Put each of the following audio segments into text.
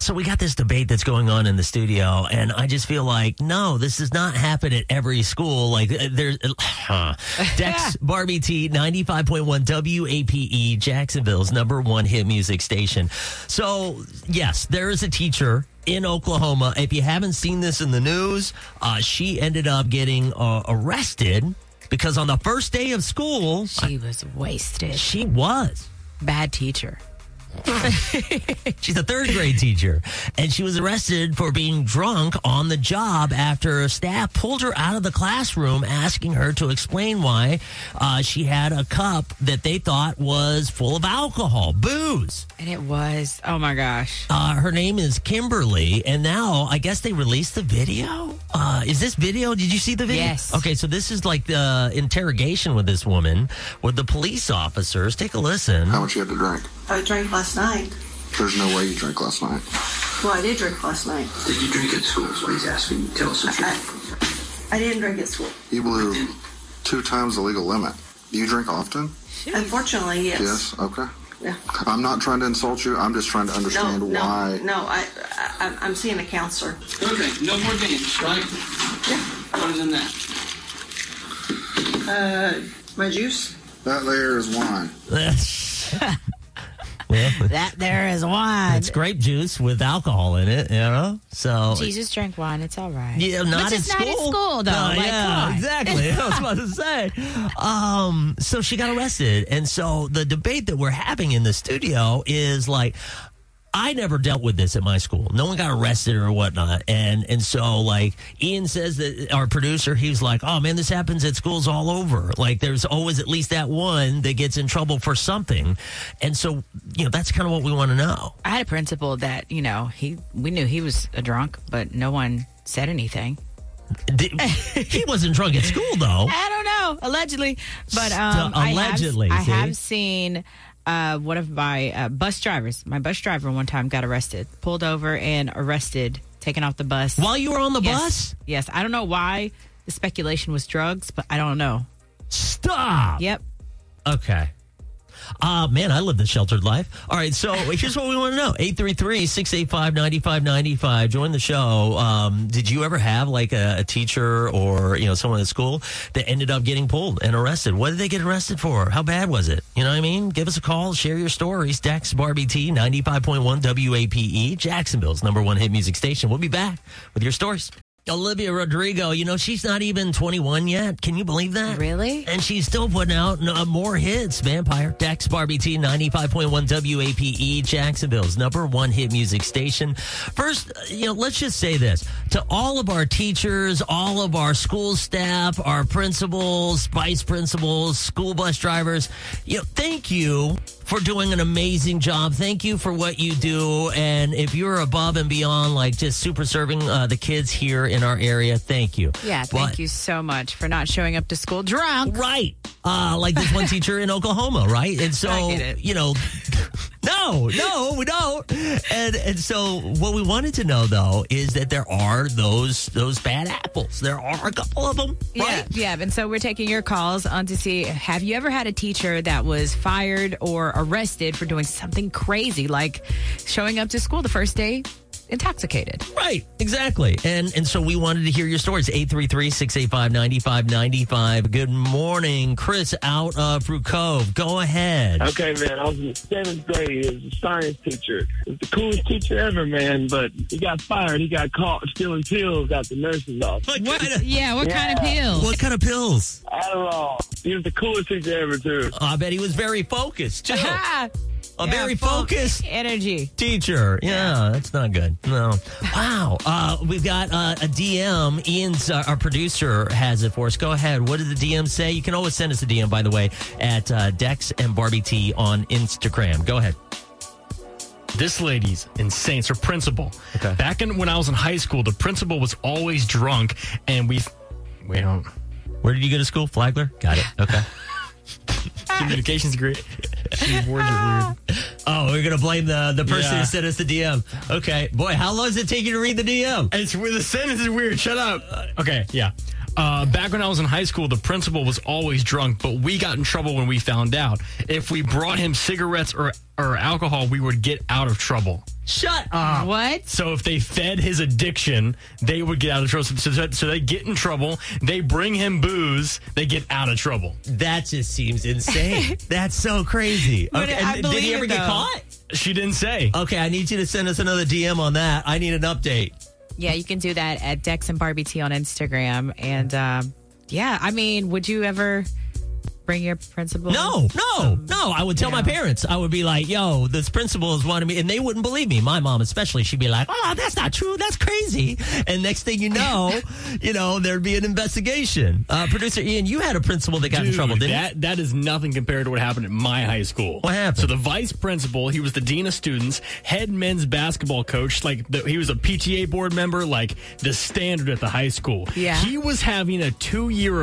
So we got this debate that's going on in the studio, and I just feel like no, this does not happen at every school. Like uh, there's uh, Dex Barbie T ninety five point one WAPe E, Jacksonville's number one hit music station. So yes, there is a teacher in Oklahoma. If you haven't seen this in the news, uh, she ended up getting uh, arrested because on the first day of school, She was wasted. she was. Bad teacher. She's a third grade teacher, and she was arrested for being drunk on the job after a staff pulled her out of the classroom, asking her to explain why uh, she had a cup that they thought was full of alcohol, booze. And it was, oh my gosh. Uh, her name is Kimberly, and now I guess they released the video. Uh, is this video? Did you see the video? Yes. Okay, so this is like the interrogation with this woman, with the police officers. Take a listen. How much you had to drink? I drank last night. There's no way you drank last night. Well, I did drink last night. Did you drink at school? Is what he's asking. you. Tell us the truth. I didn't drink at school. You blew two times the legal limit. Do you drink often? Unfortunately, yes. Yes. Okay. Yeah. I'm not trying to insult you. I'm just trying to No, understand no, why. no. I, I, I'm- I'm seeing a counselor. Okay, no more games, right? Yeah. Other than that. My juice. That there is wine. Well, That there is wine. It's grape juice with alcohol in it, you know? So. Jesus drank wine. It's all right. Yeah, not But in just school. not at school, though. No, Like, come yeah, on. exactly. I was about to say. Um, so she got arrested, and so the debate that we're having in the studio is like, I never dealt with this at my school. No one got arrested or whatnot, and and so like Ian says that our producer, he's like, oh man, this happens at schools all over. Like there's always at least that one that gets in trouble for something, and so you know that's kind of what we want to know. I had a principal that you know he we knew he was a drunk, but no one said anything. Did- he wasn't drunk at school though. I don't know, allegedly, but St- um, I have- allegedly, I have, see? seen uh, one of my uh, bus drivers. My bus driver one time got arrested, pulled over and arrested, taken off the bus. While you were on the Yes. bus, Yes, I don't know why the speculation was drugs, but I don't know. stop. Yep. Okay. Uh, man, I lived a sheltered life. All right, so here's what we want to know 833 685 9595. Join the show. Um, did you ever have like a, a teacher or, you know, someone at school that ended up getting pulled and arrested? What did they get arrested for? How bad was it? You know what I mean? Give us a call, share your stories. Dax Barbie T, 95.1 WAPE, E, Jacksonville's number one hit music station. We'll be back with your stories. Olivia Rodrigo, you know, she's not even 21 yet. Can you believe that? Really? And she's still putting out uh, more hits. Vampire, Dex, Barbie T, 95.1 WAPE, E, Jacksonville's number one hit music station. First, uh, you know, let's just say this to all of our teachers, all of our school staff, our principals, vice principals, school bus drivers, you know, thank you for doing an amazing job. Thank you for what you do. And if you're above and beyond, like just super serving uh, the kids here in our area, thank you. Yeah. Thank But- you so much for not showing up to school drunk. Right. Uh, like this one teacher in Oklahoma, right? And so, I get it. you know, no, no, we don't. And and so, what we wanted to know though is that there are those those bad apples. There are a couple of them, right? Yeah, yeah. And so we're taking your calls on to see have you ever had a teacher that was fired or arrested for doing something crazy like showing up to school the first day intoxicated? Right, exactly. And and so we wanted to hear your stories. 833-685-9595. Good morning, Chris out of Fruit Cove. Go ahead. Okay, man, I was in seventh grade. He was a science teacher. He was the coolest teacher ever, man. But he got fired. He got caught stealing pills at the nurse's office. What, kind of, Yeah, what kind of pills? what kind of pills? Adderall. He was the coolest teacher ever, too. I bet he was very focused, too. A very focused energy. teacher. Yeah, that's not good. No. Wow. Uh, we've got uh, a DM. Ian's uh, our producer has it for us. Go ahead. What did the DM say? You can always send us a DM, by the way, at uh, Dex and Barbie T on Instagram. Go ahead. This lady's insane. It's her principal. Okay. Back in when I was in high school, the principal was always drunk, and we we don't Where did you go to school? Flagler? Got it. Okay. communications degree. These words are weird. oh, we're going to blame the, the person Yeah. who sent us the DM. Okay. Boy, how long does it take you to read the DM? It's weird. The sentence is weird. Shut up. Okay, yeah. Uh, back when I was in high school, the principal was always drunk, but we got in trouble when we found out. If we brought him cigarettes or, or alcohol, we would get out of trouble. Shut up. What? So if they fed his addiction, they would get out of trouble. So, so, so they get in trouble. They bring him booze. They get out of trouble. That just seems insane. That's so crazy. But I and did he believe ever it, get though. caught? She didn't say. Okay, I need you to send us another DM on that. I need an update. Yeah, you can do that at Dex and Barbie T on Instagram. And um, yeah, I mean, would you ever bring your principal? No, no, no. I would tell my Yeah. parents. I would be like, yo, this principal is wanting me. And they wouldn't believe me. My mom, especially, she'd be like, oh, that's not true. That's crazy. And next thing you know, you know, there'd be an investigation. Uh, Producer Ian, you had a principal that got in Dude, trouble, didn't you? that, that is nothing compared to what happened at my high school. What happened? So the vice principal, he was the dean of students, head men's basketball coach. Like the, he was a PTA board member, like the standard at the high school. Yeah. He was having a two-year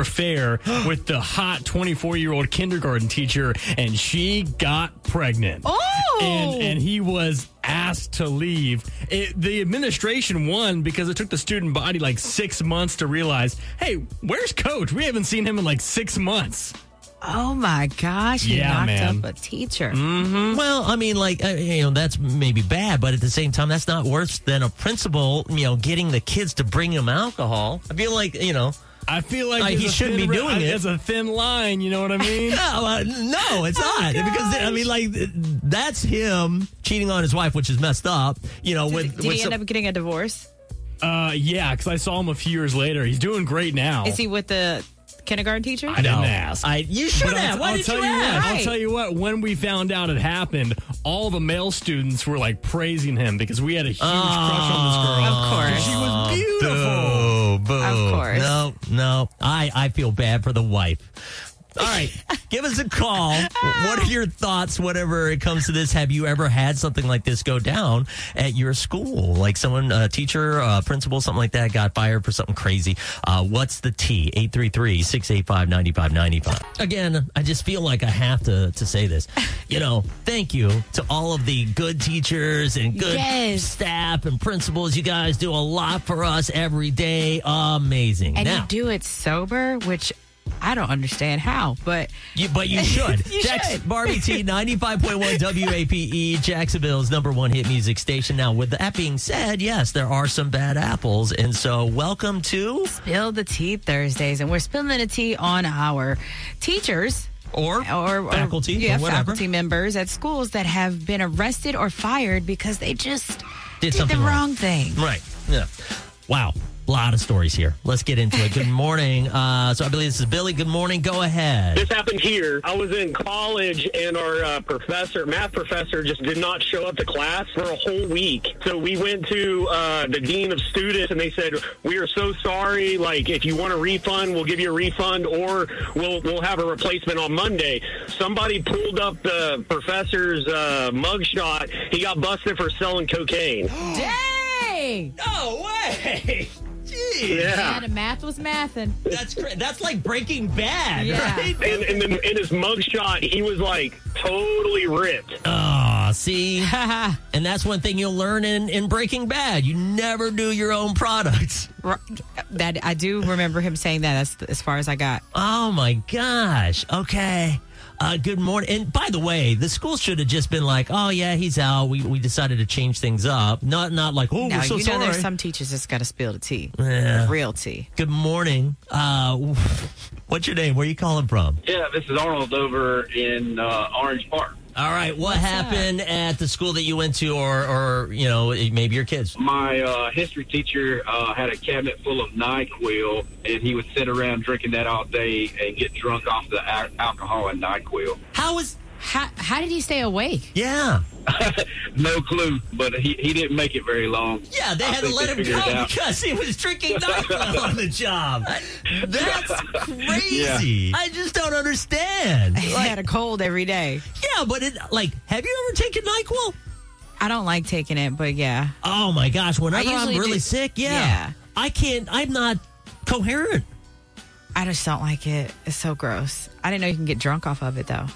affair with the hot 24-year-old kindergarten teacher, and she got pregnant. Oh! And and he was asked to leave. It, the administration won because it took the student body like six months to realize, hey, where's Coach? We haven't seen him in like six months. Oh my gosh, you Yeah, knocked man. up a teacher. Mm, Well, I mean, like, uh, you know, that's maybe bad, but at the same time, that's not worse than a principal, you know, getting the kids to bring them alcohol. I feel like, you know, I feel like, Like, Uh, there's he a shouldn't thin be ri- doing I- it. It's a thin line, you know what I mean? No, uh, no, it's not because I mean, like th- that's him cheating on his wife, which is messed up. You know, Did, with did with he some- end up getting a divorce? uh, yeah, because I saw him a few years later. He's doing great now. Is he with the kindergarten teacher? I didn't No. ask. Oh. I you should But have. I'll, Why I'll did tell you you, ask? what. I'll Right. tell you what. When we found out it happened, all the male students were like praising him because we had a huge Oh, crush on this girl. Of course. she was beautiful. Boo, boo. Of course. No, no. I I feel bad for the wife. All right, give us a call. What are your thoughts whenever it comes to this? Have you ever had something like this go down at your school? Like someone, a teacher, a principal, something like that got fired for something crazy. Uh, what's the T? 833-685-9595. Again, I just feel like I have to, to say this. You know, thank you to all of the good teachers and good Yes. staff and principals. You guys do a lot for us every day. Amazing. and now, you do it sober, which I don't understand how, but You- but you should. You Jackson, should. Barbie T, 95.1 WAPE, E, Jacksonville's number one hit music station. Now, with that being said, yes, there are some bad apples. And so, welcome to spill the tea Thursdays, and we're spilling the tea on our teachers. or, or, or- faculty yeah, or whatever. faculty members at schools that have been arrested or fired because they just Did did, something the wrong. wrong, thing. Right. Yeah. Wow. A lot of stories here. Let's get into it. Good morning. Uh, so, I believe this is Billy. Good morning. Go ahead. This happened here. I was in college, and our uh, professor, math professor, just did not show up to class for a whole week. So we went to uh, the dean of students, and they said, "We are so sorry. Like, if you want a refund, we'll give you a refund, or we'll we'll have a replacement on Monday." Somebody pulled up the professor's uh, mugshot. He got busted for selling cocaine. Dang! No way. Jeez. Yeah. Yeah, the math was mathing. That's, cra- that's like breaking bad, Yeah. right? And, and then in his mugshot, he was like totally ripped. Uh, see, and that's one thing you'll learn in, in Breaking Bad. You never do your own products. Ro- That I do remember him saying that. That's as far as I got. Oh my gosh. Okay. Uh, good morning. And by the way, the school should have just been like, "Oh yeah, he's out. We, we decided to change things up." Not not like, "Oh, Now we're so you know sorry." there's some teachers that's got to spill the tea, Yeah. The real tea. Good morning. Uh, what's your name? Where are you calling from? Yeah, this is Arnold over in uh, Orange Park. All right. What happened at the school that you went to, or or you know maybe your kids? My uh, history teacher uh, had a cabinet full of NyQuil, and he would sit around drinking that all day and get drunk off the al- alcohol and NyQuil. How was? How how did he stay awake? Yeah. No clue, but he, he didn't make it very long. Yeah, they I had to think let they him figured it go out. because he was drinking NyQuil on the job. That's crazy. I just don't understand. He Like, had a cold every day. yeah, but it, like, have you ever taken NyQuil? I don't like taking it, but yeah. Oh my gosh, whenever I I'm usually really do- sick, yeah, Yeah. I can't. I'm not coherent. I just don't like it. It's so gross. I didn't know you can get drunk off of it though.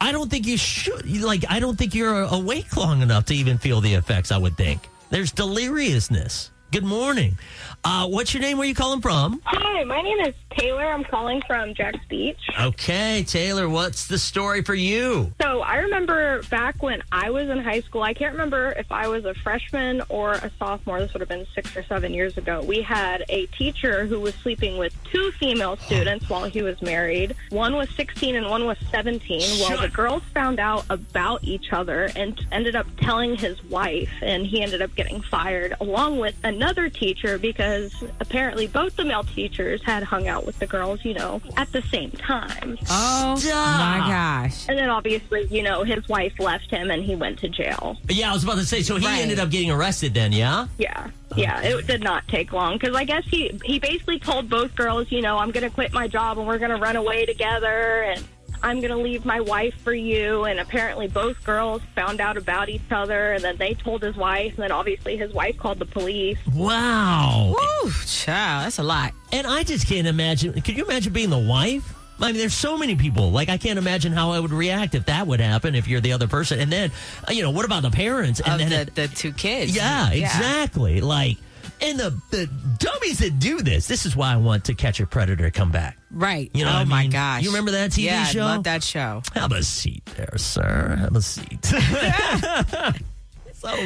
I don't think you should. you- Like, I don't think you're awake long enough to even feel the effects. I would think there's deliriousness. Good morning. Uh, what's your name? Where are you calling from? Hi, my name is Taylor. I'm calling from Jack's Beach. Okay, Taylor. What's the story for you? So I remember back when I was in high school, I can't remember if I was a freshman or a sophomore. This would have been six or seven years ago. We had a teacher who was sleeping with two female students while he was married. One was 16 and one was 17. Well, the girls found out about each other and ended up telling his wife, and he ended up getting fired along with another teacher because apparently both the male teachers had hung out with the girls, you know, at the same time. Oh my gosh. And then obviously, you know, his wife left him and he went to jail. Yeah, I was about to say. So he ended up getting arrested then. Yeah. Yeah. Yeah, it did not take long because I guess he he basically told both girls, you know, I'm going to quit my job and we're going to run away together and I'm going to leave my wife for you. And apparently, both girls found out about each other and then they told his wife. And then obviously, his wife called the police. Wow. Woo, child, that's a lot. And I just can't imagine. Could you imagine being the wife? I mean, there's so many people. Like, I can't imagine how I would react if that would happen if you're the other person. And then, uh, you know, what about the parents? And Of then the, the two kids. Yeah, exactly. Like, and the, the dummies that do this, this is why I want to catch a predator come back. Right. You know oh what I my mean? gosh. You remember that TV yeah, show? I love that show. Have a seat there, sir. Have a seat. so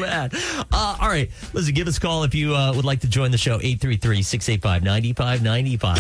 bad. Uh, all right. Listen, give us a call if you uh, would like to join the show 833 685 9595.